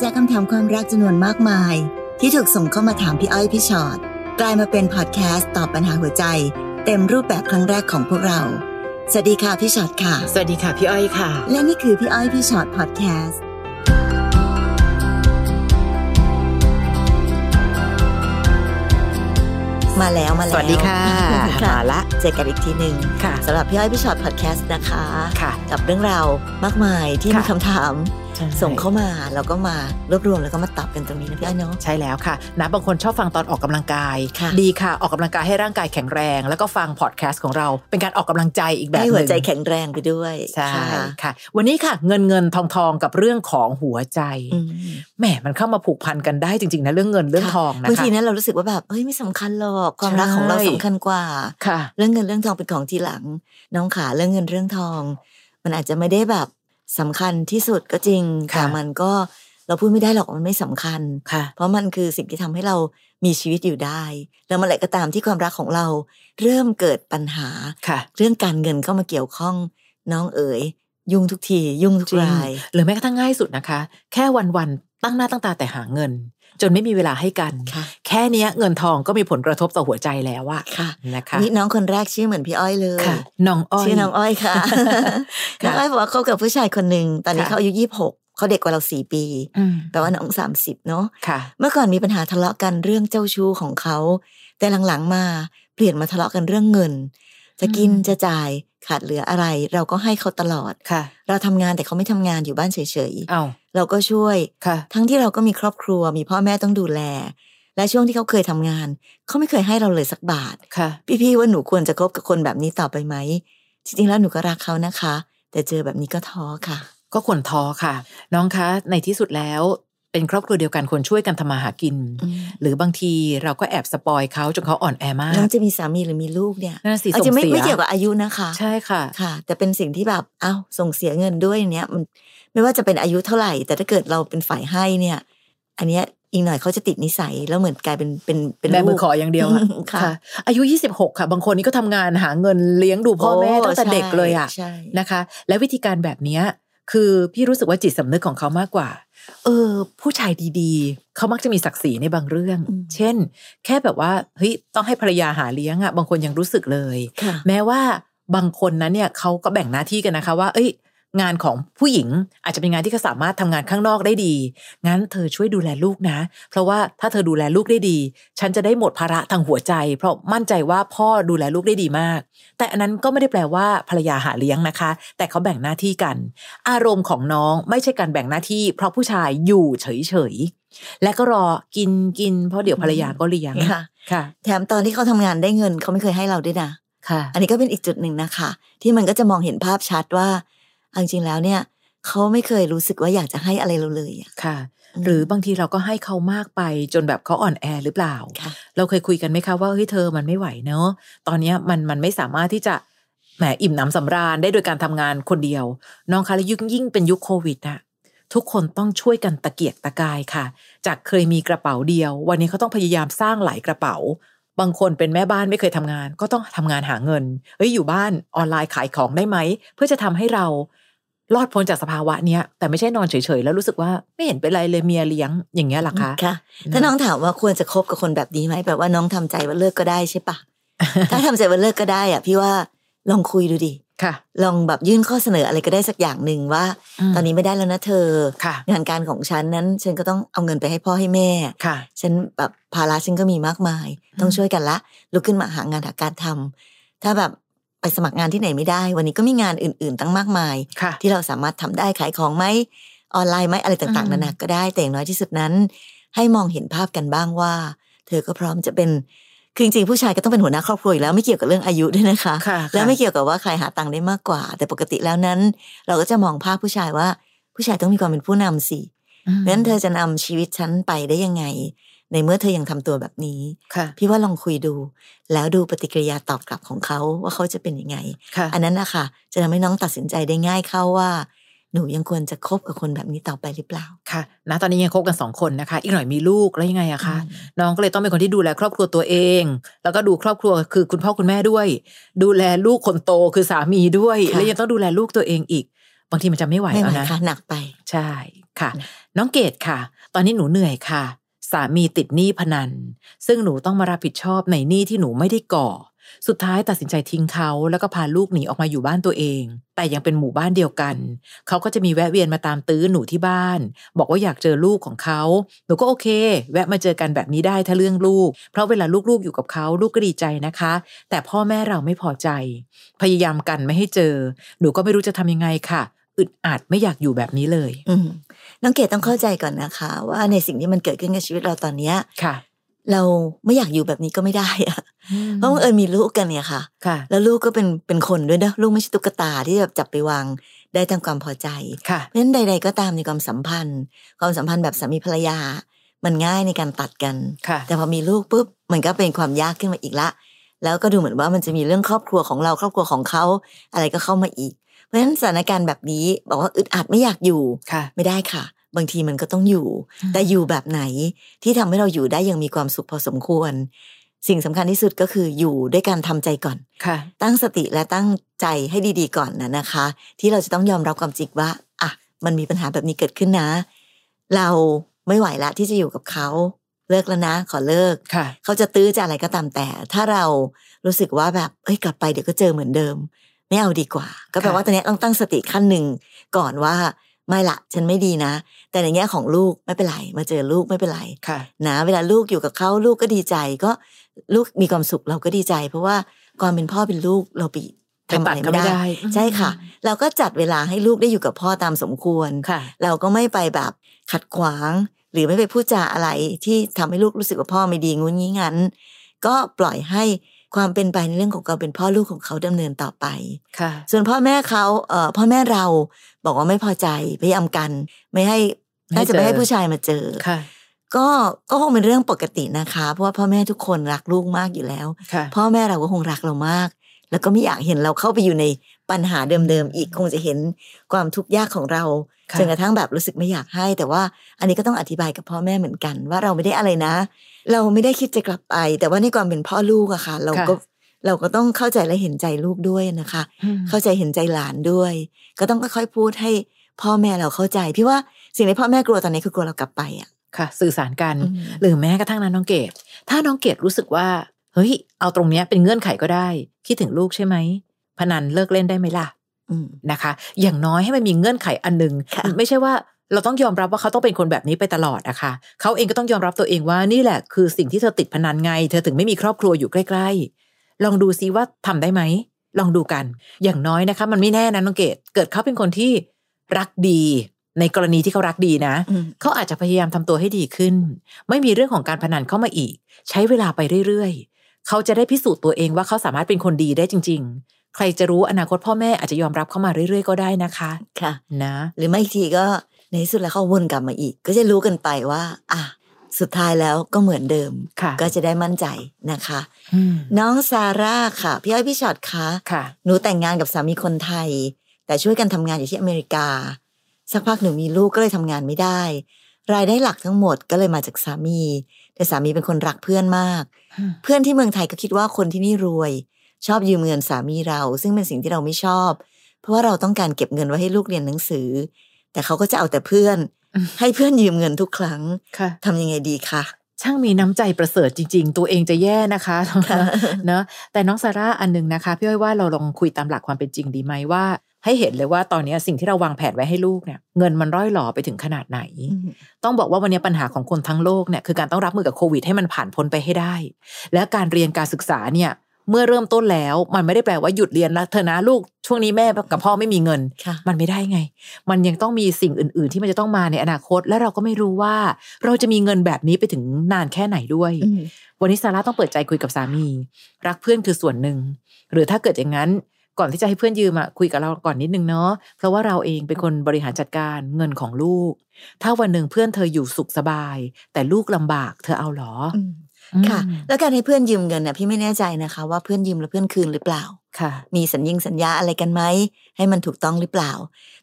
จากคำถามความรักจำนวนมากมาย ที่ถูกส่งเข้ามาถามพี่อ้อยพี่ชอ็อตกลายมาเป็นพอดแคสต์ตอบปัญหาหัวใจ เต็มรูปแบบครั้งแรกของพวกเรา สวัสดีค่ะพี่ชอ็อตค่ะ สวัสดีค่ะพี่อ้อยค่ะ และนี่คือพี่อ้อยพี่ชอ็อตพอดแคสต์ มาแล้วมาแล้ว สวัสดีค่ะ ค่ะ มาละ เจอกันอีกทีหนึ่ง ค่ะ สำหรับพี่อ้อยพี่ชอ็อตพอดแคสต์นะคะ ค่ะ กับเรื่องราวมากมายที่ ค่ะ มีคำถาม ส่ง เข้า เข้ามาแล้วก็มารวบรวมแล้วก็มาตอบกันตรงนี้นะพี่อ้อยเนาะ ใช่แล้วค่ะนะบางคนชอบฟังตอนออกกำลังกาย ค่ะ ดีค่ะ ออกกำลังกายให้ร่างกายแข็งแรง แล้วก็ฟังพอดแคสต์ของเรา เป็นการออกกำลังใจอีกแบบห ให้ นึ่ง หัวใจแข็งแรงไปด้วย ใช่ ค่ะ ค่ะ วันนี้ค่ะ เงินเงินทองทองกับเรื่องของหัวใจ อืม แหมมันเข้ามาผูกพันกันได้จริงๆนะเรื่องเงินเรื่องทองนะคะ บางทีนั้นเรารู้สึกว่าแบบเฮ้ยไม่สำคัญหรอกความ ใช่ รักของเราสำคัญกว่า ค่ะ เรื่องเงินเรื่องทองเป็นของทีหลัง น้องขาเรื่องเงินเรื่องทอง มันอาจจะไม่ได้แบบสำคัญที่สุดก็จริง ค่ะ แต่มันก็เราพูดไม่ได้หรอกว่ามันไม่สำคัญ ค่ะ เพราะมันคือสิ่งที่ทำให้เรามีชีวิตอยู่ได้ แล้วเมื่อไหร่ก็ตามที่ความรักของเรา เริ่มเกิดปัญหา ค่ะ เรื่องการเงินเข้ามาเกี่ยวข้องน้องเอ๋ย ยุ่งทุกที ยุ่งทุก จริง ราย หรือแม้กระทั่งง่ายสุดนะคะ แค่วันๆตั้งหน้าตั้งตาแต่หาเงิน จนไม่มีเวลาให้กัน ค่ะ แค่เนี้ยเงินทองก็มีผลกระทบต่อหัวใจแล้วอะ ค่ะ นะคะ นี่น้องคนแรกชื่อเหมือนพี่อ้อยเลย ค่ะน้องอ้อย ชื่อน้องอ้อยค่ะ ค่ะ น้องอ้อยบอกว่าเขากับผู้ชายคนหนึ่งตอนนี้ ค่ะ เขาอายุยี่หกเขาเด็กกว่าเราสี่ปี อืม แปลว่าน้องสามสิบเนาะ ค่ะ เมื่อก่อนมีปัญหาทะเลาะกันเรื่องเจ้าชู้ของเขา แต่หลังๆมาเปลี่ยนมาทะเลาะกันเรื่องเงิน จะกินจะจ่ายขาดเหลืออะไร เราก็ให้เขาตลอด ค่ะ เราทำงานแต่เขาไม่ทำงานอยู่บ้านเฉย เอา ๆเราก็ช่วย ค่ะ ทั้งที่เราก็มีครอบครัวมีพ่อแม่ต้องดูแล และช่วงที่เขาเคยทำงาน เขาไม่เคยให้เราเลยสักบาท ค่ะ พี่ๆว่าหนูควรจะคบกับคนแบบนี้ต่อไปไหม จริงๆแล้วหนูก็รักเขานะคะ แต่เจอแบบนี้ก็ท้อค่ะ ก็ควรท้อค่ะ น้องคะ ในที่สุดแล้ว เป็นครอบครัวเดียวกันควรช่วยกันทำมาหากิน หรือบางทีเราก็แอบสปอยเขาจนเขาอ่อนแอมาก น้องจะมีสามีหรือมีลูกเนี่ย น่าสิ อาจ ส่ง จะไม่ เสีย ไม่เกี่ยวกับอายุนะคะ ใช่ค่ะ ค่ะ แต่เป็นสิ่งที่แบบเอ้าส่งเสียเงินด้วยเนี่ยมันไม่ว่าจะเป็นอายุเท่าไหร่ แต่ถ้าเกิดเราเป็นฝ่ายให้เนี่ย อันเนี้ยอีกหน่อยเขาจะติดนิสัยแล้วเหมือนกลายเป็นเป็นเป็น แบมือข ลู อก อย่างเดียวอะ ค่ะ อายุ 26 ค่ะ บางคนนี่ก็ทำงานหาเงินเลี้ยงดูพ่อแม่ตั้งแต่เด็กเลยอะ ใช่ นะคะ และวิธีการแบบเนี้ยคือพี่รู้สึกว่าจิตสำนึกของเขามากกว่า เออ ผู้ชายดีๆ เขามักจะมีศักดิ์ศรีในบางเรื่อง เช่น แค่แบบว่าเฮ้ยต้องให้ภรรยาหาเลี้ยงอ่ะบางคนยังรู้สึกเลย ค่ะ แม้ว่าบางคนนั้นเนี่ยเขาก็แบ่งหน้าที่กันนะคะว่า เอ้ย งานของผู้หญิงอาจจะเป็นงานที่เขาสามารถทำงานข้างนอกได้ดี งั้นเธอช่วยดูแลลูกนะ เพราะว่าถ้าเธอดูแลลูกได้ดี ฉันจะได้หมดภาระทางหัวใจ เพราะมั่นใจว่าพ่อดูแลลูกได้ดีมาก แต่อันนั้นก็ไม่ได้แปลว่าภรรยาหาเลี้ยงนะคะ แต่เขาแบ่งหน้าที่กัน อารมณ์ของน้องไม่ใช่การแบ่งหน้าที่ เพราะผู้ชายอยู่เฉยๆและก็รอกินกิน เพราะเดี๋ยวภรรยาก็เลี้ยง ค่ะ ค่ะ แถมตอนที่เขาทำงานได้เงินเขาไม่เคยให้เราด้วยนะ ค่ะ อันนี้ก็เป็นอีกจุดหนึ่งนะคะ ที่มันก็จะมองเห็นภาพชัดว่าเอาจริงๆแล้วเนี่ย เขาไม่เคยรู้สึกว่าอยากจะให้อะไรเราเลยอะ ค่ะ หรือบางทีเราก็ให้เขามากไปจนแบบเขาอ่อนแอหรือเปล่า ค่ะ เราเคยคุยกันไหมคะว่าเฮ้ยเธอมันไม่ไหวเนอะตอนเนี้ยมันมันไม่สามารถที่จะแหมอิ่มหนำสำราญได้โดยการทำงานคนเดียว น้องคะและยิ่งยิ่งเป็นยุคโควิดอะทุกคนต้องช่วยกันตะเกียกตะกายค่ะ จากเคยมีกระเป๋าเดียว วันนี้เขาต้องพยายามสร้างหลายกระเป๋า บางคนเป็นแม่บ้านไม่เคยทำงาน ก็ต้องทำงานหาเงินเฮ้ยอยู่บ้านออนไลน์ขายของได้ไหม เพื่อจะทำให้เรารอดพ้นจากสภาวะเนี้ย แต่ไม่ใช่นอนเฉยๆแล้วรู้สึกว่าไม่เห็นเป็นไรเลยเมียเลี้ยงอย่างเงี้ยหรอคะ ค่ะ ถ้าน้องถามว่าควรจะคบกับคนแบบนี้ไหมแปลว่าน้องทำใจว่าเลิกก็ได้ใช่ปะ ถ้าทำใจว่าเลิกก็ได้อ่ะ พี่ว่าลองคุยดูดิ ค่ะ ลองแบบยื่นข้อเสนออะไรก็ได้สักอย่างหนึ่งว่า ตอนนี้ไม่ได้แล้วนะเธอ ค่ะ งานการของฉันนั้น ฉันก็ต้องเอาเงินไปให้พ่อให้แม่ ค่ะ ฉันแบบภาระฉันก็มีมากมาย ต้องช่วยกันละลุกขึ้นมาหางานหาการทำถ้าแบบไปสมัครงานที่ไหนไม่ได้ วันนี้ก็มีงานอื่น ๆ ตั้งมากมาย ค่ะ ที่เราสามารถทำได้ขายของไหมออนไลน์ไหมอะไรต่างๆอืม นานาก็ได้แต่อย่างน้อยที่สุดนั้น ให้มองเห็นภาพกันบ้างว่า เธอก็พร้อมจะเป็นคือจริงๆผู้ชายก็ต้องเป็นหัวหน้าครอบครัวอยู่แล้วไม่เกี่ยวกับเรื่องอายุด้วยนะคะ ค่ะ แล้วไม่เกี่ยวกับว่าใครหาตังค์ได้มากกว่า แต่ปกติแล้วนั้น เราก็จะมองภาพผู้ชายว่า ผู้ชายต้องมีความเป็นผู้นำสิ เพราะฉะนั้นเธอจะนำชีวิตฉันไปได้ยังไง ในเมื่อเธอยังทำตัวแบบนี้ ค่ะ พี่ว่าลองคุยดู แล้วดูปฏิกิริยาตอบกลับของเขาว่าเขาจะเป็นยังไง ค่ะ อันนั้นนะคะจะทำให้น้องตัดสินใจได้ง่ายเข้าว่า หนูยังควรจะคบกับคนแบบนี้ต่อไปหรือเปล่า ค่ะนะตอนนี้ยังคบกันสองคนนะคะ อีกหน่อยมีลูกแล้วยังไงอะคะ น้องก็เลยต้องเป็นคนที่ดูแลครอบครัวตัวเอง แล้วก็ดูครอบครัวคือคุณพ่อคุณแม่ด้วย ดูแลลูกคนโตคือสามีด้วย แล้วยังต้องดูแลลูกตัวเองอีก บางทีมันจะไม่ไหว ไม่ไหว แล้วนะ ค่ะหนักไป ใช่ค่ะ น้องเกดค่ะ ตอนนี้หนูเหนื่อยค่ะ สามีติดหนี้พนัน ซึ่งหนูต้องมารับผิดชอบในหนี้ที่หนูไม่ได้ก่อ สุดท้ายตัดสินใจทิ้งเขาแล้วก็พาลูกหนีออกมาอยู่บ้านตัวเอง แต่ยังเป็นหมู่บ้านเดียวกัน เขาก็จะมีแวะเวียนมาตามตื้อหนูที่บ้าน บอกว่าอยากเจอลูกของเขาหนูก็โอเค แวะมาเจอกันแบบนี้ได้ถ้าเรื่องลูก เพราะเวลาลูกๆอยู่กับเขาลูกก็ดีใจนะคะ แต่พ่อแม่เราไม่พอใจ พยายามกันไม่ให้เจอ หนูก็ไม่รู้จะทำยังไงค่ะอึดอัดไม่อยากอยู่แบบนี้เลย อืมน้องเกดต้องเข้าใจก่อนนะคะ ว่าในสิ่งที่มันเกิดขึ้นกับชีวิตเราตอนเนี้ย ค่ะ เราไม่อยากอยู่แบบนี้ก็ไม่ได้อะเพราะบังเอิญมีลูกกันเนี่ยค่ะ ค่ะ แล้วลูกก็เป็นเป็นคนด้วยนะลูกไม่ใช่ตุ๊กตาที่แบบจับไปวางได้ตามความพอใจ ค่ะ เพราะฉะนั้นใด ๆ ก็ตามในความสัมพันธ์ ความสัมพันธ์แบบสามีภรรยา มันง่ายในการตัดกัน ค่ะ แต่พอมีลูกปุ๊บมันก็เป็นความยากขึ้นมาอีกละ แล้วก็ดูเหมือนว่ามันจะมีเรื่องครอบครัวของเราครอบครัวของเขาอะไรก็เข้ามาอีก เพราะฉะนั้นสถานการณ์แบบนี้บอกว่าอึดอัดไม่อยากอยู่ ค่ะ ไม่ได้ค่ะ บางทีมันก็ต้องอยู่ แต่อยู่แบบไหนที่ทำให้เราอยู่ได้อยังมีความสุขพอสมควร สิ่งสำคัญที่สุดก็คืออยู่ด้วยการทำใจก่อน ค่ะ ตั้งสติและตั้งใจให้ดีๆก่อนนะนะคะ ที่เราจะต้องยอมรับความจริงว่าอ่ะมันมีปัญหาแบบนี้เกิดขึ้นนะ เราไม่ไหวละที่จะอยู่กับเขาเลิกแล้วนะ ขอเลิก ค่ะ เขาจะตื้อจะอะไรก็ตามแต่ ถ้าเรารู้สึกว่าแบบเอ้ยกลับไปเดี๋ยวก็เจอเหมือนเดิม ไม่เอาดีกว่า ก็แปล ค่ะ ว่าตอนเนี้ยต้องตั้งสติขั้นหนึ่งก่อนว่าไม่ละฉันไม่ดีนะ แต่ในแง่ของลูกไม่เป็นไรมาเจอลูกไม่เป็นไร ค่ะ นะเวลาลูกอยู่กับเขาลูกก็ดีใจก็ลูกมีความสุขเราก็ดีใจ เพราะว่าความเป็นพ่อเป็นลูกเราไปี ไปตัดก็ไม่ได้ ใช่ค่ะ เราก็จัดเวลาให้ลูกได้อยู่กับพ่อตามสมควร ค่ะ เราก็ไม่ไปแบบขัดขวาง หรือไม่ไปพูดจาอะไรที่ทำให้ลูกรู้สึกว่าพ่อไม่ดีงุ้นงี้งั้น ก็ปล่อยให้ความเป็นไปในเรื่องของการเป็นพ่อลูกของเขาดำเนินต่อไป ค่ะ ส่วนพ่อแม่เขาเอ่อพ่อแม่เราบอกว่าไม่พอใจพยายามกัน ไม่ให้ ไม่ให้ น่าจะไม่ให้ เจอ ผู้ชายมาเจอ ค่ะ ก็ก็คงเป็นเรื่องปกตินะคะ เพราะว่าพ่อแม่ทุกคนรักลูกมากอยู่แล้ว ค่ะ พ่อแม่เราก็คงรักเรามาก แล้วก็ไม่อยากเห็นเราเข้าไปอยู่ในปัญหาเดิมๆอีกคงจะเห็นความทุกข์ยากของเรา ค่ะ จนกระทั่งแบบรู้สึกไม่อยากให้ แต่ว่าอันนี้ก็ต้องอธิบายกับพ่อแม่เหมือนกัน ว่าเราไม่ได้อะไรนะ เราไม่ได้คิดจะกลับไป แต่ว่าในความเป็นพ่อลูกอะค่ะ เราก็เราก็ต้องเข้าใจและเห็นใจลูกด้วยนะคะ เข้าใจเห็นใจหลานด้วย ก็ต้องค่อยๆพูดให้พ่อแม่เราเข้าใจพี่ว่าสิ่งที่พ่อแม่กลัวตอนนี้คือกลัวเรากลับไปอะ ค่ะ สื่อสารกัน หรือแม้กระทั่งนั้นน้องเกดถ้าน้องเกดรู้สึกว่า เฮ้ย เอาตรงเนี้ยเป็นเงื่อนไขก็ได้ คิดถึงลูกใช่ไหม พนันเลิกเล่นได้ไหมล่ะ อืม นะคะ อย่างน้อยให้มันมีเงื่อนไขอันหนึ่ง ค่ะ ไม่ใช่ว่าเราต้องยอมรับว่าเขาต้องเป็นคนแบบนี้ไปตลอดอะค่ะเขาเองก็ต้องยอมรับตัวเองว่านี่แหละคือสิ่งที่เธอติดพนันไง เธอถึงไม่มีครอบครัวอยู่ใกล้ ๆ ลองดูซิว่าทำได้ไหม ลองดูกัน อย่างน้อยนะคะ มันไม่แน่นะน้องเกดเกิดเขาเป็นคนที่รักดี ในกรณีที่เขารักดีนะ อืม เขาอาจจะพยายามทำตัวให้ดีขึ้น ไม่มีเรื่องของการพนันเข้ามาอีก ใช้เวลาไปเรื่อยๆ เขาจะได้พิสูจน์ตัวเองว่าเขาสามารถเป็นคนดีได้จริง ๆ ใครจะรู้อนาคตพ่อแม่อาจจะยอมรับเข้ามาเรื่อยๆก็ได้นะคะ ค่ะ นะ หรือไม่อีกทีก็ในที่สุดแล้วเขาวนกลับมาอีก ก็จะรู้กันไปว่า อ่ะสุดท้ายแล้วก็เหมือนเดิม ค่ะ ก็จะได้มั่นใจนะคะ อืม น้องซาร่าค่ะ พี่อ้อยพี่ชอดคะ ค่ะ หนูแต่งงานกับสามีคนไทย แต่ช่วยกันทำงานอยู่ที่อเมริกา สักพักหนูมีลูกก็เลยทำงานไม่ได้ รายได้หลักทั้งหมดก็เลยมาจากสามี แต่สามีเป็นคนรักเพื่อนมาก อืม เพื่อนที่เมืองไทยก็คิดว่าคนที่นี่รวย ชอบยืมเงินสามีเรา ซึ่งเป็นสิ่งที่เราไม่ชอบ เพราะว่าเราต้องการเก็บเงินไว้ให้ลูกเรียนหนังสือ แต่เขาก็จะเอาแต่เพื่อน อืม ให้เพื่อนยืมเงินทุกครั้ง ค่ะ ทำยังไงดีคะ ช่างมีน้ำใจประเสริฐจริง ๆ ตัวเองจะแย่นะคะ เนอะแต่น้องซาร่าอันหนึงนะคะพี่อ้อยว่าเราลองคุยตามหลักความเป็นจริงดีไหมว่า ให้เห็นเลยว่าตอนนี้สิ่งที่เราวางแผนไว้ให้ลูกเนี่ยเงินมันร่อยหล่อไปถึงขนาดไหน ต้องบอกว่าวันนี้ปัญหาของคนทั้งโลกเนี่ยคือการต้องรับมือกับโควิดให้มันผ่านพ้นไปให้ได้ และการเรียนการศึกษาเนี่ยเมื่อเริ่มต้นแล้วมันไม่ได้แปลว่าหยุดเรียนแล้วเธอนะลูกช่วงนี้แม่กับพ่อไม่มีเงิน ค่ะ มันไม่ได้ไง มันยังต้องมีสิ่งอื่น ๆ ที่มันจะต้องมาในอนาคต และเราก็ไม่รู้ว่า เราจะมีเงินแบบนี้ไปถึงนานแค่ไหนด้วย วันนี้ซาร่าต้องเปิดใจคุยกับสามี รักเพื่อนคือส่วนหนึ่ง หรือถ้าเกิดอย่างนั้น ก่อนที่จะให้เพื่อนยืมอะคุยกับเราก่อนนิดนึงเนาะเพราะว่าเราเองเป็นคนบริหารจัดการเงินของลูก ถ้าวันหนึ่งเพื่อนเธออยู่สุขสบาย แต่ลูกลำบากเธอเอาเหรออ ค่ะ อืม แล้วการให้เพื่อนยืมเงินน่ะพี่ไม่แน่ใจนะคะ ว่าเพื่อนยืมแล้วเพื่อนคืนหรือเปล่า ค่ะ มีสัญญิงสัญญาอะไรกันไหมให้มันถูกต้องหรือเปล่า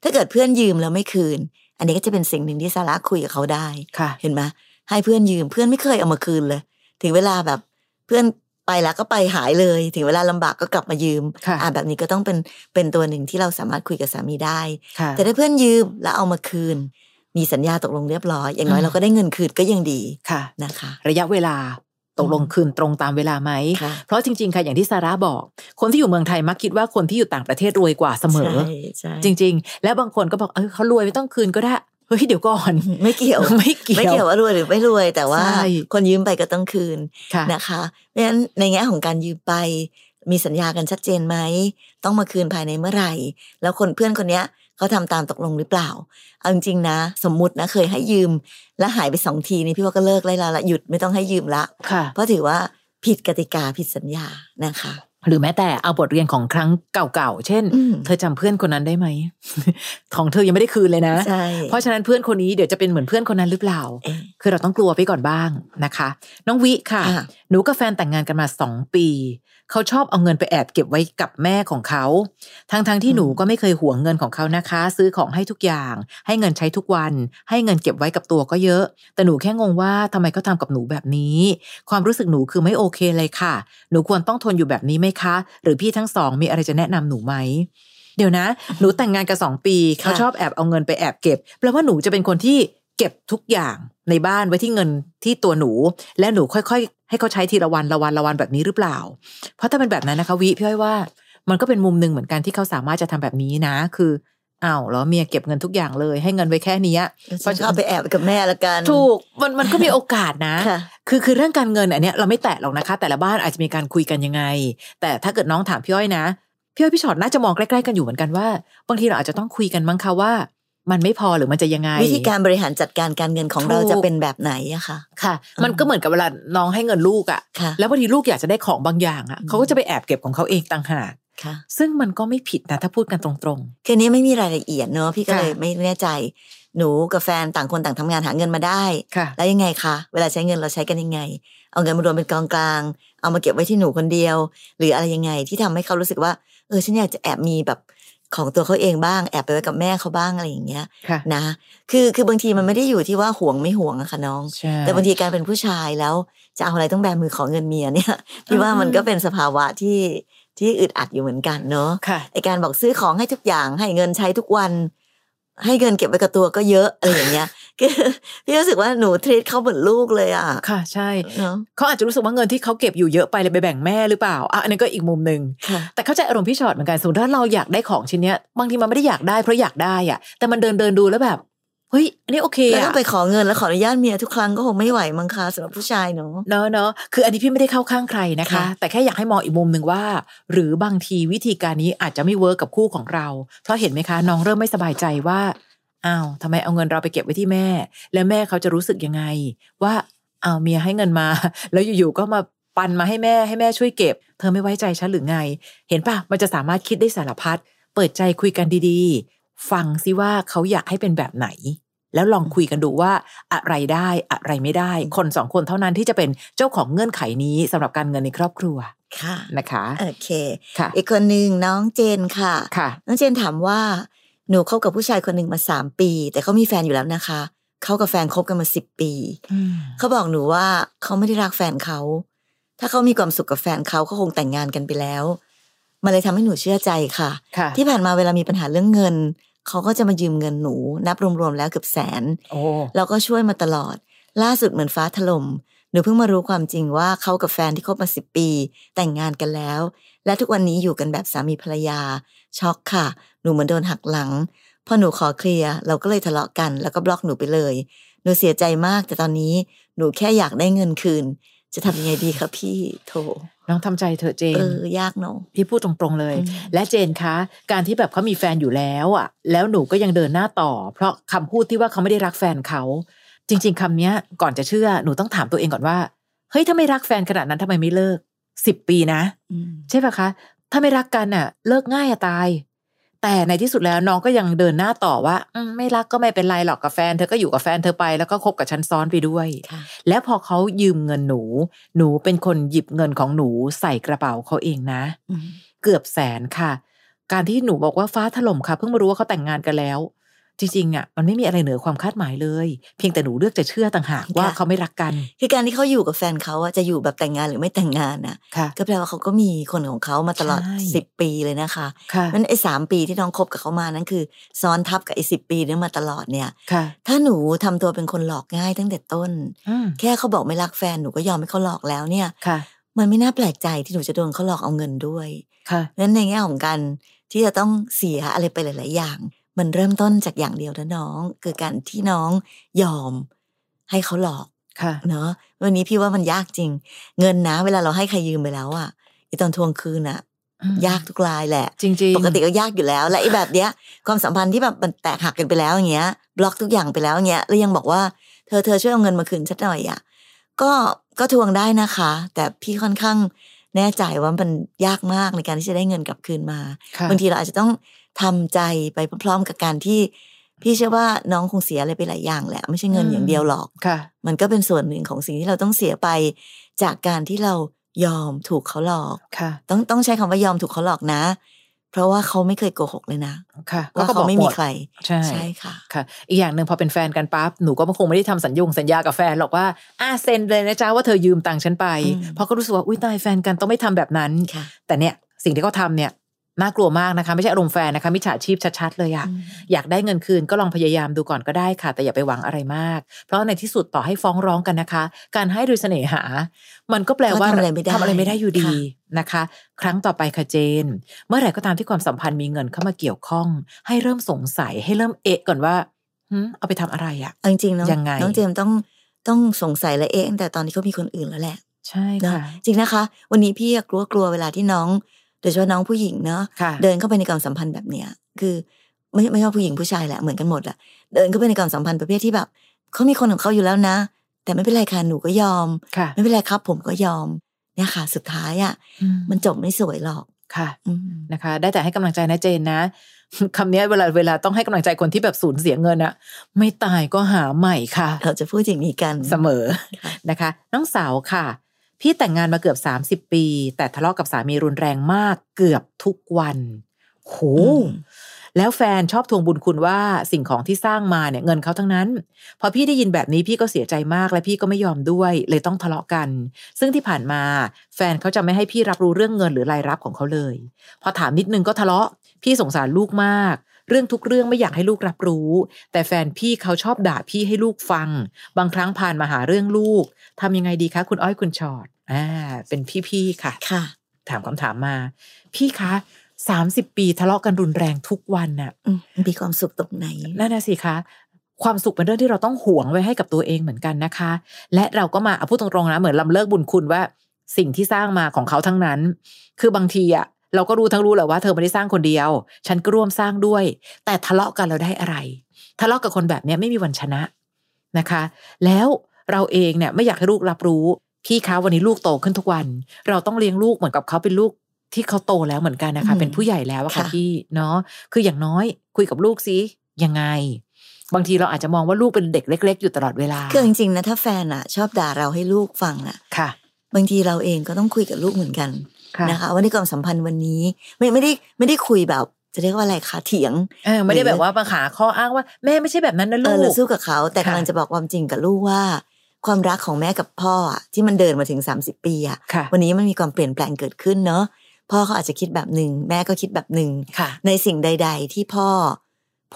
ถ้าเกิดเพื่อนยืมแล้วไม่คืน อันนี้ก็จะเป็นสิ่งหนึ่งที่ซาร่าคุยกับเขาได้ ค่ะ เห็นไหมให้เพื่อนยืมเพื่อนไม่เคยเอามาคืนเลย ถึงเวลาแบบเพื่อนไปแล้วก็ไปหายเลย ถึงเวลาลำบากก็กลับมายืม ค่ะ อ่าแบบนี้ก็ต้องเป็นเป็นตัวหนึ่งที่เราสามารถคุยกับสามีได้ ค่ะ แต่ถ้าเพื่อนยืมแล้วเอามาคืน มีสัญญาตกลงเรียบร้อย อย่างน้อย อืม เราก็ได้เงินคืนก็ยังดี ค่ะ นะคะ ระยะเวลาตกลงคืนตรงตามเวลาไหม ค่ะ เพราะจริง ๆ ค่ะอย่างที่ซาร่าบอก คนที่อยู่เมืองไทยมักคิดว่าคนที่อยู่ต่างประเทศรวยกว่าเสมอ ใช่ใช่ จริง ๆ แล้วบางคนก็บอกเออเขารวยไม่ต้องคืนก็ได้ เฮ้ยเดี๋ยวก่อน ไม่เกี่ยว ไม่เกี่ยว ไม่เกี่ยวว่ารวยหรือไม่รวย แต่ว่า ใช่ คนยืมไปก็ต้องคืน ค่ะ นะคะเพราะฉะนั้นในแง่ของการยืมไป มีสัญญากันชัดเจนไหมต้องมาคืนภายในเมื่อไหร่ แล้วคนเพื่อนคนเนี้ยเขาทำตามตกลงหรือเปล่าเอาจริงๆนะ สมมตินะเคยให้ยืม แล้วหายไปสองทีนี่พี่ว่าก็เลิกเลยละละหยุดไม่ต้องให้ยืมละ ค่ะ เพราะถือว่าผิดกติกาผิดสัญญานะคะ หรือแม้แต่เอาบทเรียนของครั้งเก่าๆ เช่น อืม เธอจำเพื่อนคนนั้นได้ไหม ของเธอยังไม่ได้คืนเลยนะ ใช่ เพราะฉะนั้นเพื่อนคนนี้เดี๋ยวจะเป็นเหมือนเพื่อนคนนั้นหรือเปล่า เอ๊ะ คือเราต้องกลัวไปก่อนบ้างนะคะ น้องวิค่ะ ค่ะ หนูกับแฟนแต่งงานกันมาสองปี เขาชอบเอาเงินไปแอบเก็บไว้กับแม่ของเขา ทั้งๆที่หนูก็ไม่เคยห่วงเงินของเขานะคะ ซื้อของให้ทุกอย่าง ให้เงินใช้ทุกวัน ให้เงินเก็บไว้กับตัวก็เยอะ แต่หนูแค่งงว่าทำไมเขาทำกับหนูแบบนี้ ความรู้สึกหนูคือไม่โอเคเลยค่ะ หนูควรต้องทนอยู่แบบนี้ไหมคะ หรือพี่ทั้งสองมีอะไรจะแนะนำหนูไหม เดี๋ยวนะ หนูแต่งงานกันสองปี เขาชอบแอบเอาเงินไปแอบเก็บแปลว่าหนูจะเป็นคนที่เก็บทุกอย่างในบ้านไว้ที่เงินที่ตัวหนู และหนูค่อยๆ ให้เขาใช้ทีละวันละวันละวันแบบนี้หรือเปล่า เพราะถ้าเป็นแบบนั้นนะคะวิพี่อ้อยว่า มันก็เป็นมุมหนึ่งเหมือนกันที่เขาสามารถจะทำแบบนี้นะ คืออ้าวแล้วเมียเก็บเงินทุกอย่างเลย ให้เงินไว้แค่เนี้ย ฉันก็เอาไปแอบไว้กับแม่ละกัน ถูกมันมันก็มีโอกาสนะ ค่ะ คือคือเรื่องการเงินอันเนี้ยเราไม่แตะหรอกนะคะ แต่ละบ้านอาจจะมีการคุยกันยังไง แต่ถ้าเกิดน้องถามพี่อ้อยนะพี่อ้อยพี่ชอตน่าจะมองใกล้ๆกันอยู่เหมือนกันว่าบางทีเราอาจจะต้องคุยกันมั้งคะว่า มันไม่พอหรือมันจะยังไง วิธีการบริหารจัดการการเงินของ ถูก เราจะเป็นแบบไหนอะค่ะ ค่ะ มันก็เหมือนกับเวลาน้องให้เงินลูกอะ ค่ะ แล้วบางทีลูกอยากจะได้ของบางอย่างอะ อืม เขาก็จะไปแอบเก็บของเขาเองต่างหาก ค่ะ ซึ่งมันก็ไม่ผิดนะถ้าพูดกันตรง คืนนี้ไม่มีรายละเอียดเนอะพี่ก็เลยไม่แน่ใจ หนูกับแฟนต่างคนต่างทำงานหาเงินมาได้ ๆ ค่ะ แล้วยังไงคะ เวลาใช้เงินเราใช้กันยังไง เอาเงินมารวมเป็นกองกลาง เอามาเก็บไว้ที่หนูคนเดียว หรืออะไรยังไงที่ทำให้เขารู้สึกว่า เออฉันอยากจะแอบมีแบบของตัวเขาเองบ้าง แอบไปไว้กับแม่เขาบ้างอะไรอย่างเงี้ย ค่ะ นะ คือคือบางทีมันไม่ได้อยู่ที่ว่าห่วงไม่ห่วงอะค่ะน้อง ใช่ แต่บางทีการเป็นผู้ชายแล้วจะเอาอะไรต้องแบมือขอเงินเมียเนี่ย พี่ว่ามันก็เป็นสภาวะที่ที่อึดอัดอยู่เหมือนกันเนาะ ค่ะ ไอการบอกซื้อของให้ทุกอย่างให้เงินใช้ทุกวัน ให้เงินเก็บไว้กับตัวก็เยอะอะไรอย่างเงี้ย คือพี่รู้สึกว่าหนูทรีตเขาเหมือนลูกเลยอ่ะ ค่ะใช่ เนาะ เขาอาจจะรู้สึกว่าเงินที่เขาเก็บอยู่เยอะไปเลยไปแบ่งแม่หรือเปล่าอ่ะอันนี้ก็อีกมุมหนึ่ง ค่ะ แต่เข้าใจอารมณ์พี่ชอตเหมือนกันสมมติถ้าเราอยากได้ของชิ้นเนี้ยบางทีมันไม่ได้อยากได้เพราะอยากได้อะแต่มันเดินเดินดูแล้วแบบเฮ้ยอันนี้โอเค แล้ว อะ ต้องไปขอเงินแล้วขออนุญาตเมียทุกครั้งก็คงไม่ไหวมั้งคะสำหรับผู้ชายเนาะ เนาะเนาะคืออันนี้พี่ไม่ได้เข้าข้างใครนะคะ ค่ะ แต่แค่อยากให้มองอีกมุมหนึ่งว่า หรือบางทีวิธีการนี้อาจจะไม่เวิร์กกับคู่ของเรา เพราะเห็นไหมคะน้องเริ่มไม่สบายใจว่าอ้าวทำไมเอาเงินเราไปเก็บไว้ที่แม่ แล้วแม่เขาจะรู้สึกยังไง ว่าอ้าวเมียให้เงินมา แล้วอยู่ๆก็มาปันมาให้แม่ให้แม่ช่วยเก็บ เธอไม่ไว้ใจฉันหรือไง เห็นปะมันจะสามารถคิดได้สารพัด เปิดใจคุยกันดีๆ ฟังซิว่าเขาอยากให้เป็นแบบไหน แล้วลองคุยกันดูว่าอะไรได้อะไรไม่ได้ คนสองคนเท่านั้นที่จะเป็นเจ้าของเงื่อนไขนี้สำหรับการเงินในครอบครัว ค่ะ นะคะ โอเค ค่ะ อีกคนหนึ่งน้องเจนค่ะ ค่ะ น้องเจนถามว่าหนูคบกับผู้ชายคนหนึ่งมาสามปี แต่เขามีแฟนอยู่แล้วนะคะ เขากับแฟนคบกันมาสิบปี เขาบอกหนูว่าเขาไม่ได้รักแฟนเขา ถ้าเขามีความสุขกับแฟนเขาเขาคงแต่งงานกันไปแล้ว มันเลยทำให้หนูเชื่อใจค่ะ ค่ะ ที่ผ่านมาเวลามีปัญหาเรื่องเงิน เขาก็จะมายืมเงินหนู นับรวมๆแล้วเกือบแสน โอ้ แล้วก็ช่วยมาตลอด ล่าสุดเหมือนฟ้าถล่มหนูเพิ่งมารู้ความจริงว่าเขากับแฟนที่คบมาสิบปี แต่งงานกันแล้ว และทุกวันนี้อยู่กันแบบสามีภรรยา ช็อกค่ะ หนูเหมือนโดนหักหลัง พอหนูขอเคลียร์เราก็เลยทะเลาะกัน แล้วก็บล็อกหนูไปเลย หนูเสียใจมากแต่ตอนนี้หนูแค่อยากได้เงินคืน จะทำยังไงดีคะพี่โถ น้องทำใจเถอะเจน เออยากเนาะ พี่พูดตรงๆเลย และเจนคะการที่แบบเขามีแฟนอยู่แล้วอ่ะ แล้วหนูก็ยังเดินหน้าต่อ เพราะคำพูดที่ว่าเขาไม่ได้รักแฟนเขา จริง ๆคำเนี้ย ก่อนจะเชื่อหนูต้องถามตัวเองก่อนว่าเฮ้ยถ้าไม่รักแฟนขนาดนั้นทำไมไม่เลิกสิบปีนะ ใช่ปะคะ ถ้าไม่รักกันน่ะ เลิกง่ายอะตาย แต่ในที่สุดแล้วน้องก็ยังเดินหน้าต่อว่าอืมไม่รักก็ไม่เป็นไรหรอกกับแฟนเธอก็อยู่กับแฟนเธอไปแล้วก็คบกับฉันซ้อนไปด้วย ค่ะ แล้วพอเขายืมเงินหนู หนูเป็นคนหยิบเงินของหนูใส่กระเป๋าเขาเองนะ อืม เกือบแสนค่ะ การที่หนูบอกว่าฟ้าถล่มค่ะ เพิ่งมารู้ว่าเขาแต่งงานกันแล้ว จริงๆอ่ะมันไม่มีอะไรเหนือความคาดหมายเลย เพียงแต่หนูเลือกจะเชื่อต่างหากว่า ค่ะ เขาไม่รักกัน คือการที่เขาอยู่กับแฟนเขาอะจะอยู่แบบแต่งงานหรือไม่แต่งงานน่ะ ค่ะ ก็แปลว่าเขาก็มีคนของเขามาตลอด ใช่ สิบปีเลยนะคะ ค่ะ นั้นไอ้สามปีที่น้องคบกับเขามานั้นคือ ซ้อนทับกับไอ้สิบปีนั้นมาตลอดเนี่ย ค่ะ ถ้าหนูทำตัวเป็นคนหลอกง่ายตั้งแต่ต้น อืม แค่เขาบอกไม่รักแฟนหนูก็ยอมให้เขาหลอกแล้วเนี่ย ค่ะ มันไม่น่าแปลกใจที่หนูจะโดนเขาหลอกเอาเงินด้วย ค่ะ เพราะฉะนั้นในแง่ของการที่จะต้องเสียอะไรไปหลาย ๆ อย่าง มันเริ่มต้นจากอย่างเดียวนะน้อง คือการที่น้องยอมให้เขาหลอก ค่ะ เนาะวันนี้พี่ว่ามันยากจริง เงินนะ เวลาเราให้ใครยืมไปแล้วอะไอตอนทวงคืนอะ อืม ยากทุกรายแหละ จริงๆ ปกติก็ยากอยู่แล้ว และไอแบบเนี้ย ความสัมพันธ์ที่แบบมันแตกหักกันไปแล้วอย่างเงี้ย บล็อกทุกอย่างไปแล้วอย่างเงี้ยแล้วยังบอกว่าเธอเธอช่วยเอาเงินมาคืนฉันหน่อยอะก็ก็ทวงได้นะคะ แต่พี่ค่อนข้างแน่ใจว่ามันยากมากในการที่จะได้เงินกลับคืนมา ค่ะ บางทีเราอาจจะต้องทำใจไปพร้อมๆกับการที่ พี่เชื่อว่าน้องคงเสียอะไรไปหลายอย่างแหละไม่ใช่เงินอย่างเดียวหรอก ค่ะ มันก็เป็นส่วนหนึ่งของสิ่งที่เราต้องเสียไป จากการที่เรายอมถูกเขาหลอก ค่ะ ต้องต้องใช้คำว่ายอมถูกเขาหลอกนะ เพราะว่าเขาไม่เคยโกหกเลยนะ ค่ะ ว่าเขาไม่มีใคร ใช่ ใช่ค่ะ ค่ะ อีกอย่างหนึ่งพอเป็นแฟนกันปั๊บหนูก็คงไม่ได้ทำสัญญงสัญญากับแฟนหรอกว่าอ่าเซ็นเลยนะจ๊ะว่าเธอยืมตังค์ฉันไป อืม เพราะก็รู้สึกว่าอุ้ยตายแฟนกันต้องไม่ทำแบบนั้น ค่ะ แต่เนี่ยสิ่งที่เขาทำเนี่ยน่ากลัวมากนะคะ ไม่ใช่อารมณ์แฟนนะคะมิจฉาชีพชัดๆเลยอะ อืม อยากได้เงินคืนก็ลองพยายามดูก่อนก็ได้ค่ะ แต่อย่าไปหวังอะไรมาก เพราะในที่สุดต่อให้ฟ้องร้องกันนะคะ การให้โดยเสน่หา มันก็แปลว่า ก็ทำอะไรไม่ได้ ทำอะไรไม่ได้อยู่ดี ค่ะ นะคะ ครั้งต่อไปค่ะเจน เมื่อไหร่ก็ตามที่ความสัมพันธ์มีเงินเข้ามาเกี่ยวข้อง ให้เริ่มสงสัยให้เริ่มเอะก่อนว่าหืมเอาไปทำอะไรอะ เอาจริงๆน้อง ยังไง น้องเจมส์ต้องต้องสงสัยและเอ๊ะตั้งแต่ตอนนี้เขามีคนอื่นแล้วแหละ ใช่ค่ะ จริงนะคะ วันนี้พี่กลัวกลัวๆเวลาที่น้องโดยเฉพาะน้องผู้หญิงเนาะ ค่ะ เดินเข้าไปในความสัมพันธ์แบบเนี้ยคือไม่ไม่ว่าผู้หญิงผู้ชายแหละเหมือนกันหมดอะเดินเข้าไปในความสัมพันธ์ประเภทที่แบบเขามีคนของเขาอยู่แล้วนะ แต่ไม่เป็นไรค่ะหนูก็ยอม ค่ะ ไม่เป็นไรครับ ผมก็ยอมเนี่ยค่ะ สุดท้ายอะ อื มันจบไม่สวยหรอก ค่ะ อืม นะคะได้แต่ให้กำลังใจนะเจนนะ คำเนี้ยเวลาเวลาต้องให้กำลังใจคนที่แบบสูญเสียเงินอะไม่ตายก็หาใหม่ค่ะ เราจะพูดอย่างนี้กัน เสมอ ค่ะ นะคะ น้องสาวค่ะ พี่แต่งงานมาเกือบ 30 ปี แต่ทะเลาะกับสามีรุนแรงมากเกือบทุกวันโหแล้วแฟนชอบทวงบุญคุณว่าสิ่งของที่สร้างมาเนี่ยเงินเขาทั้งนั้น พอพี่ได้ยินแบบนี้พี่ก็เสียใจมากและพี่ก็ไม่ยอมด้วย เลยต้องทะเลาะกัน ซึ่งที่ผ่านมาแฟนเขาจะไม่ให้พี่รับรู้เรื่องเงินหรือรายรับของเขาเลย พอถามนิดนึงก็ทะเลาะ พี่สงสารลูกมาก เรื่องทุกเรื่องไม่อยากให้ลูกรับรู้ แต่แฟนพี่เขาชอบด่าพี่ให้ลูกฟัง บางครั้งผ่านมาหาเรื่องลูกทำยังไงดีคะ คุณอ้อยคุณชอดอ่าเป็นพี่ๆค่ะ ค่ะ ถามคำถามมา พี่คะสามสิบปีทะเลาะกันรุนแรงทุกวันน่ะ อืมมีความสุขตรงไหน นั่นน่ะสิคะความสุขเป็นเรื่องที่เราต้องหวงไว้ให้กับตัวเองเหมือนกันนะคะ และเราก็มาเอาพูดตรงๆนะเหมือนลำเลิกบุญคุณว่า สิ่งที่สร้างมาของเขาทั้งนั้น คือบางทีอะเราก็รู้ทั้งรู้แหละว่าเธอไม่ได้สร้างคนเดียว ฉันก็ร่วมสร้างด้วย แต่ทะเลาะกันเราได้อะไร ทะเลาะกับคนแบบเนี้ยไม่มีวันชนะนะคะ แล้วเราเองเนี่ยไม่อยากให้ลูกรับรู้ พี่คะวันนี้ลูกโตขึ้นทุกวัน เราต้องเลี้ยงลูกเหมือนกับเขาเป็นลูกที่เขาโตแล้วเหมือนกันนะคะ อืม เป็นผู้ใหญ่แล้วอะค่ะ ค่ะ พี่เนาะคืออย่างน้อย คุยกับลูกสิยังไง บางทีเราอาจจะมองว่าลูกเป็นเด็กเล็ก ๆ อยู่ตลอดเวลา คือจริงๆนะถ้าแฟนอะชอบด่าเราให้ลูกฟังอะ ค่ะ บางทีเราเองก็ต้องคุยกับลูกเหมือนกัน ค่ะ นะคะ ว่าในความสัมพันธ์วันนี้ ไม่ไม่ได้ไม่ได้คุยแบบ จะเรียกว่าอะไรคะเถียง เออไม่ได้แบบว่ามาหาข้ออ้างว่า แม่ไม่ใช่แบบนั้นนะ เอ ลู อก เราสู้กับเขาแต่ ค่ะ กำลังจะบอกความจริงกับลูกว่า ความรักของแม่กับพ่ออะที่มันเดินมาถึง 30 ปีอะ ค่ะ วันนี้มันมีความเปลี่ยนแปลงเกิดขึ้นเนาะพ่อเขาอาจจะคิดแบบหนึ่งแม่ก็คิดแบบหนึ่ง ค่ะ ในสิ่งใด ๆ ที่พ่อ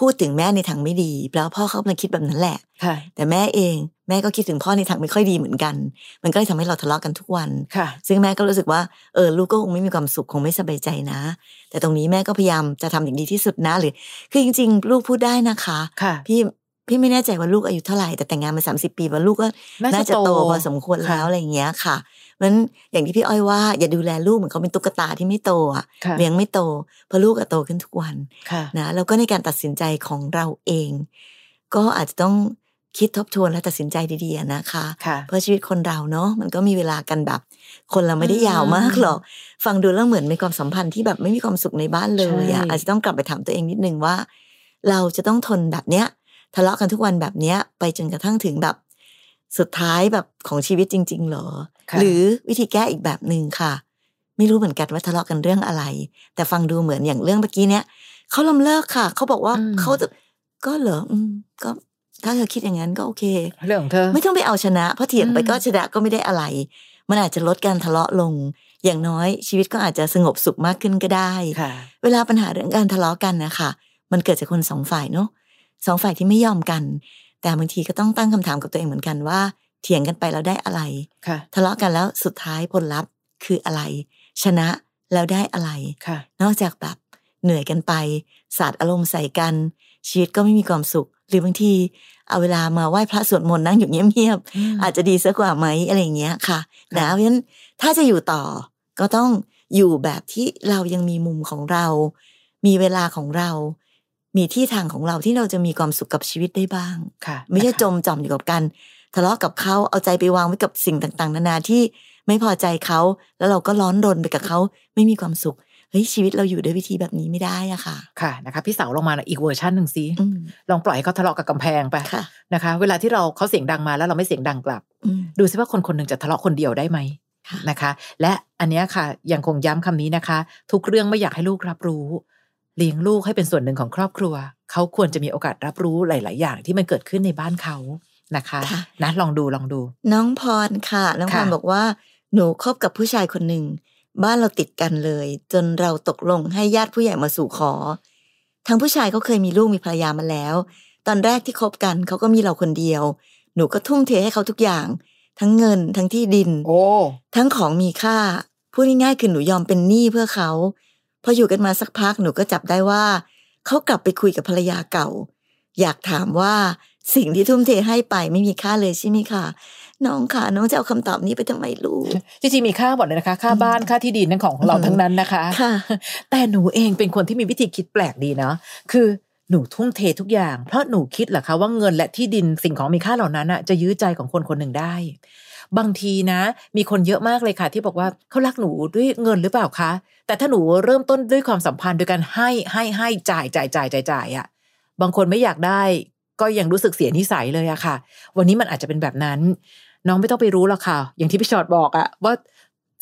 พูดถึงแม่ในทางไม่ดีแปล้วาพ่อเขากำลังคิดแบบนั้นแหละ ค่ะ แต่แม่เองแม่ก็คิดถึงพ่อในทางไม่ค่อยดีเหมือนกัน มันก็เลยทำให้เราทะเลาะกันทุกวัน ค่ะ ซึ่งแม่ก็รู้สึกว่าเออลูกก็คงไม่มีความสุขคงไม่สบายใจนะ แต่ตรงนี้แม่ก็พยายามจะทำอย่างดีที่สุดนะหรือ คือจริง ๆ ลูกพูดได้นะคะ ค่ะ พี่พี่ไม่แน่ใจว่าลูกอายุเท่าไหร่แต่แต่งงานมาสามสิบปีว่าลูกก็น่าจะโตพอสมควรแล้วอะไรอย่างเงี้ยค่ะเพราะฉะนั้นอย่างที่พี่อ้อยว่าอย่าดูแลลูกเหมือนเขาเป็นตุ๊กตาที่ไม่โตอ่ะ ค่ะ เลี้ยงไม่โตเพราะลูกอะโตขึ้นทุกวัน ค่ะ นะแล้วก็ในการตัดสินใจของเราเอง ก็อาจจะต้องคิดทบทวนและตัดสินใจดีๆอะนะคะ ค่ะ เพราะชีวิตคนเราเนาะมันก็มีเวลากันแบบ คนเราไม่ได้ยาวมากหรอก ฟังดูแล้วเหมือนมีความสัมพันธ์ที่แบบไม่มีความสุขในบ้านเลยอะ ใช่ อาจจะต้องกลับไปถามตัวเองนิดนึงว่า เราจะต้องทนแบบเนี้ย ทะเลาะกันทุกวันแบบเนี้ย ไปจนกระทั่งถึงแบบ สุดท้ายแบบของชีวิตจริง ๆ หรอ ค่ะ หรือวิธีแก้อีกแบบหนึ่งค่ะ ไม่รู้เหมือนกันว่าทะเลาะกันเรื่องอะไร แต่ฟังดูเหมือนอย่างเรื่องเมื่อกี้เนี้ยเขาลำเลิกค่ะเขาบอกว่า อืม เขาจะ ก็เหรออืมก็ ถ้าเธอคิดอย่างนั้นก็โอเค เรื่องของเธอ ไม่ต้องไปเอาชนะ เพราะเถียงไป อืม ก็ชนะก็ไม่ได้อะไร มันอาจจะลดการทะเลาะลง อย่างน้อยชีวิตก็อาจจะสงบสุขมากขึ้นก็ได้ ค่ะ เวลาปัญหาเรื่องการทะเลาะกันนะคะมันเกิดจากคนสองฝ่ายเนาะสองฝ่ายที่ไม่ยอมกัน แต่บางทีก็ต้องตั้งคำถามกับตัวเองเหมือนกันว่า เถียงกันไปแล้วได้อะไร ค่ะ ทะเลาะกันแล้วสุดท้ายผลลัพธ์คืออะไร ชนะแล้วได้อะไร ค่ะ นอกจากแบบเหนื่อยกันไป สาดอารมณ์ใส่กัน ชีวิตก็ไม่มีความสุข หรือบางที เอาเวลามาไหว้พระสวดมนต์นั่งอยู่เงียบๆอาจจะดีซะกว่าไหมอะไรอย่างเงี้ยค่ะนะเพราะฉะนั้นถ้าจะอยู่ต่อก็ต้องอยู่แบบที่เรายังมีมุมของเรา มีเวลาของเรา มีที่ทางของเราที่เราจะมีความสุขกับชีวิตได้บ้าง ค่ะ ไม่ใช่ นะคะ จมจอมอยู่กับกัน ทะเลาะกับเขาเอาใจไปวางไว้กับสิ่งต่างๆ นานาที่ไม่พอใจเขาแล้วเราก็ร้อนรนไปกับเขาไม่มีความสุขเฮ้ยชีวิตเราอยู่ด้วยวิธีแบบนี้ไม่ได้อะค่ะ ค่ะนะคะพี่สาวลองมาอีกเวอร์ชันหนึ่งซิ อืม ลองปล่อยให้เขาทะเลาะกับกำแพงไป ค่ะ นะคะ เวลาที่เราเขาเสียงดังมาแล้วเราไม่เสียงดังกลับ อืม ดูซิว่าคนคนหนึ่งจะทะเลาะคนเดียวได้ไหม ค่ะ นะคะ และอันเนี้ยค่ะยังคงย้ำคำนี้นะคะ ทุกเรื่องไม่อยากให้ลูกรับรู้ เลี้ยงลูกให้เป็นส่วนหนึ่งของครอบครัว เขาควรจะมีโอกาสรับรู้หลาย ๆ อย่างที่มันเกิดขึ้นในบ้านเขานะคะ ค่ะ นะลองดูลองดู น้องพรค่ะ น้องพร ค่ะ บอกว่า หนูคบกับผู้ชายคนหนึ่ง บ้านเราติดกันเลย จนเราตกลงให้ญาติผู้ใหญ่มาสู่ขอทางผู้ชายก็เคยมีลูกมีภรรยามาแล้ว ตอนแรกที่คบกันเขาก็มีเราคนเดียว หนูก็ทุ่มเทให้เขาทุกอย่าง ทั้งเงินทั้งที่ดิน โอ้ ทั้งของมีค่า พูดง่ายๆคือหนูยอมเป็นหนี้เพื่อเขา พออยู่กันมาสักพักหนูก็จับได้ว่า เขากลับไปคุยกับภรรยาเก่า อยากถามว่าสิ่งที่ทุ่มเทให้ไปไม่มีค่าเลยใช่ไหมคะน้องค่ะน้องจะเอาคำตอบนี้ไปทำไมลู ก จริงๆมีค่าหมดเลยนะคะ ค่าบ้านค่าที่ดินนั่นของของเรา อืม ทั้งนั้นนะคะ ค่ะ แต่หนูเองเป็นคนที่มีวิธีคิดแปลกดีเนาะคือหนูทุ่มเททุกอย่าง เพราะหนูคิดเหรอคะว่าเงินและที่ดินสิ่งของมีค่าเหล่านั้นอะจะยื้อใจของคนคนหนึ่งได้ บางทีนะ มีคนเยอะมากเลยค่ะ ที่บอกว่าเขารักหนูด้วยเงินหรือเปล่าคะ แต่ถ้าหนูเริ่มต้นด้วยความสัมพันธ์โดยการให้ให้ให้จ่ายจ่ายจ่ายจ่ายจ่ายอะบางคนไม่อยากได้ ก็ยังรู้สึกเสียนิสัยเลยอะค่ะ วันนี้มันอาจจะเป็นแบบนั้น น้องไม่ต้องไปรู้หรอกค่ะ อย่างที่พี่ชอตบอกอะว่า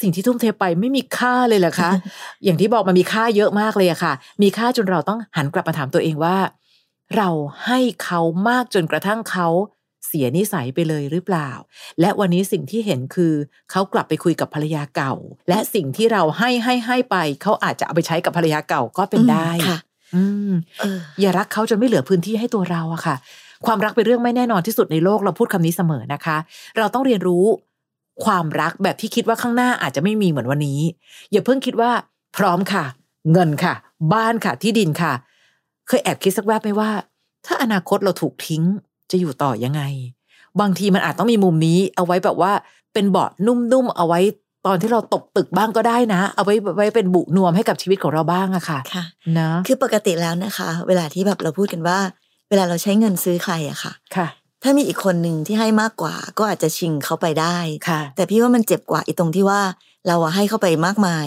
สิ่งที่ทุ่มเทไปไม่มีค่าเลยเหรอคะ อย่างที่บอกมันมีค่าเยอะมากเลยอะค่ะ มีค่าจนเราต้องหันกลับมาถามตัวเองว่า เราให้เขามากจนกระทั่งเขาเสียนิสัยไปเลยหรือเปล่า และวันนี้สิ่งที่เห็นคือเขากลับไปคุยกับภรรยาเก่า และสิ่งที่เราให้ให้ให้ไป เขาอาจจะเอาไปใช้กับภรรยาเก่าก็เป็นได้ อืมค่ะ อืม เออ อย่ารักเขาจนไม่เหลือพื้นที่ให้ตัวเราอะค่ะ ความรักเป็นเรื่องไม่แน่นอนที่สุดในโลกเราพูดคำนี้เสมอนะคะ เราต้องเรียนรู้ความรักแบบที่คิดว่าข้างหน้าอาจจะไม่มีเหมือนวันนี้ อย่าเพิ่งคิดว่า พร้อมค่ะ เงินค่ะ บ้านค่ะ ที่ดินค่ะ เคยแอบคิดสักแวบไหมว่า ถ้าอนาคตเราถูกทิ้งจะอยู่ต่อยังไง บางทีมันอาจต้องมีมุมนี้ เอาไว้แบบว่าเป็นเบาะนุ่มๆเอาไว้ตอนที่เราตกตึกบ้างก็ได้นะ เอาไว้ไว้เป็นบุนวมให้กับชีวิตของเราบ้างอะค่ะ ค่ะ นะ คือปกติแล้วนะคะ เวลาที่แบบเราพูดกันว่า เวลาเราใช้เงินซื้อใครอะค่ะ ค่ะ ถ้ามีอีกคนหนึ่งที่ให้มากกว่า ก็อาจจะชิงเขาไปได้ ค่ะ แต่พี่ว่ามันเจ็บกว่าไอ้ตรงที่ว่าเราอะให้เขาไปมากมาย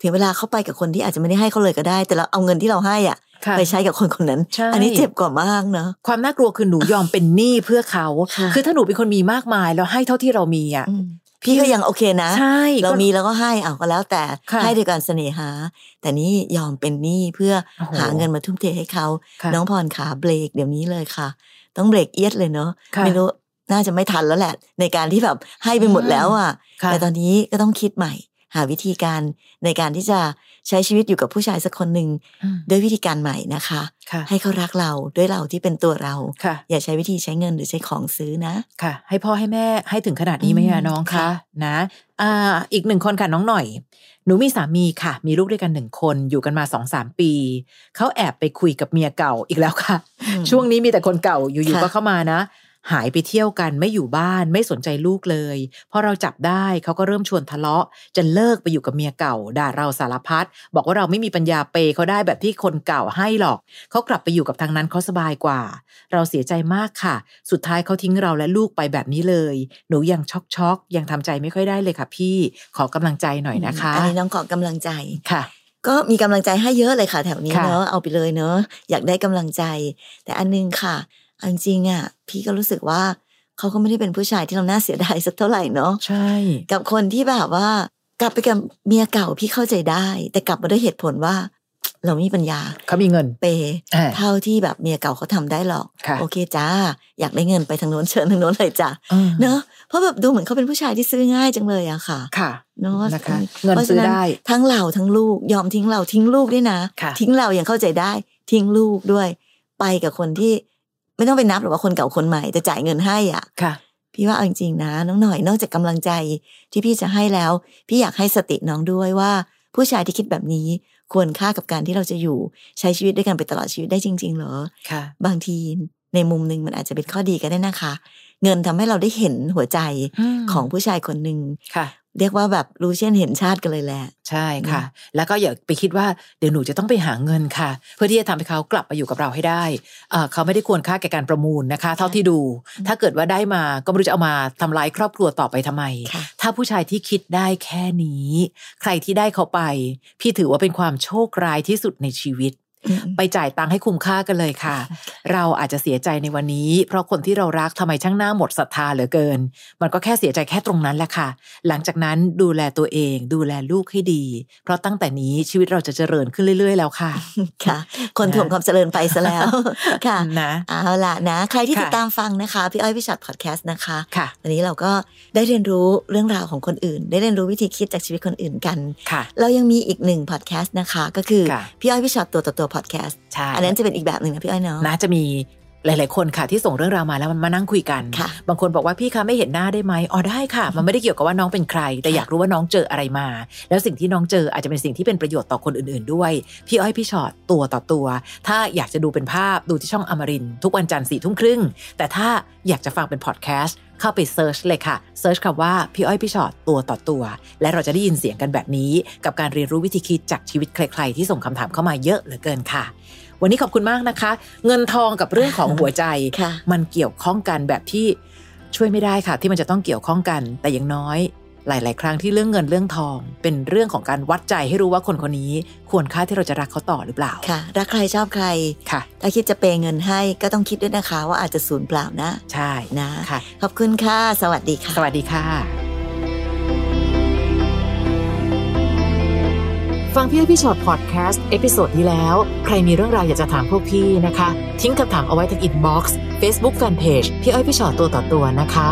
ถึงเวลาเขาไปกับคนที่อาจจะไม่ได้ให้เขาเลยก็ได้ แต่เราเอาเงินที่เราให้อ่ะ ค่ะ ไปใช้กับคนคนนั้น ใช่ อันี้เจ็บกว่ามากเนาะ ความน่ากลัวคือหนูยอมเป็นหนี้เพื่อเขา ค่ะ คือถ้าหนูเป็นคนมีมากมายแล้วให้เท่าที่เรามีอ่ะ อืมพี่ก็ยังโอเคนะ ใช่ เรา ก็ มีแล้วก็ให้เอาก็แล้วแต่ ค่ะ ให้ด้วยการเสน่หา แต่นี่ยอมเป็นหนี้เพื่อ โอ้โห หาเงินมาทุ่มเทให้เขา ค่ะ น้องพรขาเบรกเดี๋ยวนี้เลยค่ะ ต้องเบรกเอียดเลยเนาะ ค่ะ ไม่รู้น่าจะไม่ทันแล้วแหละ ในการที่แบบให้ไปหมดแล้วอ่ะ ค่ะ แต่ตอนนี้ก็ต้องคิดใหม่ หาวิธีการในการที่จะใช้ชีวิตอยู่กับผู้ชายสักคนหนึ่ง อืม ด้วยวิธีการใหม่นะคะ ค่ะ ให้เขารักเราด้วยเราที่เป็นตัวเรา ค่ะ อย่าใช้วิธีใช้เงินหรือใช้ของซื้อนะ ค่ะ ให้พ่อให้แม่ให้ถึงขนาดนี้ไหม อื อะ ม น้อง ค่ะ คะ นะอ่าอีกหนึ่งคนค่ะน้องหน่อย หนูมีสามีค่ะ มีลูกด้วยกันหนึ่งคนอยู่กันมาสองสามปี เขาแอบไปคุยกับเมียเก่าอีกแล้วค่ะ อืม ช่วงนี้มีแต่คนเก่าอยู่ๆ ค่ะ ก็เข้ามานะ หายไปเที่ยวกันไม่อยู่บ้านไม่สนใจลูกเลยพอเราจับได้เขาก็เริ่มชวนทะเลาะ จะเลิกไปอยู่กับเมียเก่า ด่าเราสารพัดบอกว่าเราไม่มีปัญญาเปย์เขาได้แบบที่คนเก่าให้หรอกเขากลับไปอยู่กับทางนั้นเขาสบายกว่า เราเสียใจมากค่ะ สุดท้ายเขาทิ้งเราและลูกไปแบบนี้เลย หนูยังช็อกช็อกๆยังทำใจไม่ค่อยได้เลยค่ะ พี่ขอกำลังใจหน่อยนะคะ อันนี้น้องขอกำลังใจ ค่ะ ก็มีกำลังใจให้เยอะเลยค่ะ แถวนี้ ค่ะ เนอะเอาไปเลยเนอะอยากได้กำลังใจ แต่อันนึงค่ะเอาจริงๆอ่ะ พี่ก็รู้สึกว่าเขาก็ไม่ได้เป็นผู้ชายที่เราน่าเสียดายสักเท่าไหร่เนอะ ใช่ กับคนที่แบบว่า กลับไปกับเมียเก่าพี่เข้าใจได้ แต่กลับมาด้วยเหตุผลว่า เราไม่มีปัญญา เขามีเงิน เปย์ อ่า เท่าที่แบบเมียเก่าเขาทำได้หรอก ค่ะ โอเคจ้า อยากได้เงินไปทางโน้นเชิญทางโน้นเลยจ้ะ อืม เนอะเพราะแบบดูเหมือนเขาเป็นผู้ชายที่ซื้อง่ายจังเลยอะค่ะ ค่ะ เนอะ นะคะ เงิน พราะ ซื้อ ฉะ ได้ ทั้งเราทั้งลูกยอมทิ้งเราทิ้งลูกด้วยนะ ค่ะ ทิ้งเรายังเข้าใจได้ ทิ้งลูกด้วย ไปกับคนที่ไม่ต้องไปนับหรอกว่าคนเก่าคนใหม่จะจ่ายเงินให้อ่ะ ค่ะ พี่ว่าเอาจริงๆนะน้องหน่อยนอกจากกำลังใจที่พี่จะให้แล้ว พี่อยากให้สติน้องด้วยว่า ผู้ชายที่คิดแบบนี้ควรค่ากับการที่เราจะอยู่ใช้ชีวิตด้วยกันไปตลอดชีวิตได้จริง ๆ เหรอ ค่ะ บางทีในมุมหนึ่งมันอาจจะเป็นข้อดีก็ได้นะคะ เงินทำให้เราได้เห็นหัวใจของผู้ชายคนหนึ่ง ค่ะ เรียกว่าแบบรู้เช่นเห็นชาติกันเลยแหละ ใช่ค่ะ แล้วก็อย่าไปคิดว่าเดี๋ยวหนูจะต้องไปหาเงินค่ะ เพื่อที่จะทำให้เขากลับมาอยู่กับเราให้ได้เอ่อเขาไม่ได้ควรค่าแก่การประมูลนะคะ เท่าที่ดู อืม ถ้าเกิดว่าได้มาก็ไม่รู้จะเอามาทำร้ายครอบครัวต่อไปทำไม ค่ะ ถ้าผู้ชายที่คิดได้แค่นี้ ใครที่ได้เขาไป พี่ถือว่าเป็นความโชคร้ายที่สุดในชีวิต ไปจ่ายตังค์ให้คุ้มค่ากันเลยค่ะ เราอาจจะเสียใจในวันนี้ เพราะคนที่เรารักทำไมช่างหน้าหมดศรัทธาเหลือเกิน มันก็แค่เสียใจแค่ตรงนั้นแหละค่ะ หลังจากนั้นดูแลตัวเอง ดูแลลูกให้ดี เพราะตั้งแต่นี้ชีวิตเราจะเจริญขึ้นเรื่อย ๆ แล้วค่ะ ค่ะ คน นะ ถ่วงความเจริญไปซะแล้ว ค่ะ นะ เอาล่ะนะ ใครที่ ค่ะ ติดตามฟังนะคะ พี่อ้อยพี่ชัดพอดแคสต์นะคะ ค่ะ วันนี้เราก็ได้เรียนรู้เรื่องราวของคนอื่น ได้เรียนรู้วิธีคิดจากชีวิตคนอื่นกัน ค่ะ เรายังมีอีกหนึ่งพอดแคสต์นะคะ ก็คือ ค่ะ พี่อ้อยพี่ชัดตัวต่อตัวพอดแคสต์ ใช่ อันนั้นจะเป็นอีกแบบหนึ่งนะพี่อ้อยเนาะ นะจะมีหลาย ๆ คนค่ะที่ส่งเรื่องราวมาแล้วมันมานั่งคุยกัน ค่ะ บางคนบอกว่าพี่คะไม่เห็นหน้าได้ไหมอ๋อได้ค่ะ มันไม่ได้เกี่ยวกับว่าน้องเป็นใคร แต่อยากรู้ว่าน้องเจออะไรมา แล้วสิ่งที่น้องเจออาจจะเป็นสิ่งที่เป็นประโยชน์ต่อคนอื่นๆด้วย พี่อ้อยพี่ชอตตัวต่อตัว ถ้าอยากจะดูเป็นภาพดูที่ช่องอมรินทร์ทุกวันจันทร์สี่ทุ่มครึ่ง แต่ถ้าอยากจะฟังเป็นพอดแคสต์เข้าไปเซิร์ชเลยค่ะเซิร์ชคำว่าพี่อ้อยพี่ชอตตัวต่อตัว และเราจะได้ยินเสียงกันแบบนี้ กับการเรียนรู้วิธีคิดจากชีวิตใครๆที่ส่งคำถามเข้ามาเยอะเหลือเกินค่ะ วันนี้ขอบคุณมากนะคะ เงินทองกับเรื่องของหัวใจ ค่ะ มันเกี่ยวข้องกันแบบที่ช่วยไม่ได้ค่ะ ที่มันจะต้องเกี่ยวข้องกัน แต่อย่างน้อย หลาย ๆ ครั้งที่เรื่องเงินเรื่องทอง เป็นเรื่องของการวัดใจให้รู้ว่าคนคนนี้ ควรค่าที่เราจะรักเขาต่อหรือเปล่า ค่ะ รักใครชอบใคร ค่ะ ถ้าคิดจะเปย์เงินให้ก็ต้องคิดด้วยนะคะ ว่าอาจจะสูญเปล่านะ ใช่ นะ ค่ะ ขอบคุณค่ะ สวัสดีค่ะ สวัสดีค่ะ ฟังพี่อ้อยพี่ชอตพอดแคสต์เอพิโซดที่แล้ว ใครมีเรื่องราวอยากจะถามพวกพี่นะคะ ทิ้งคำถามเอาไว้ทางอินบ็อกซ์เฟซบุ๊กแฟนเพจพี่อ้อยพี่ชอตตัวต่อตัวนะคะ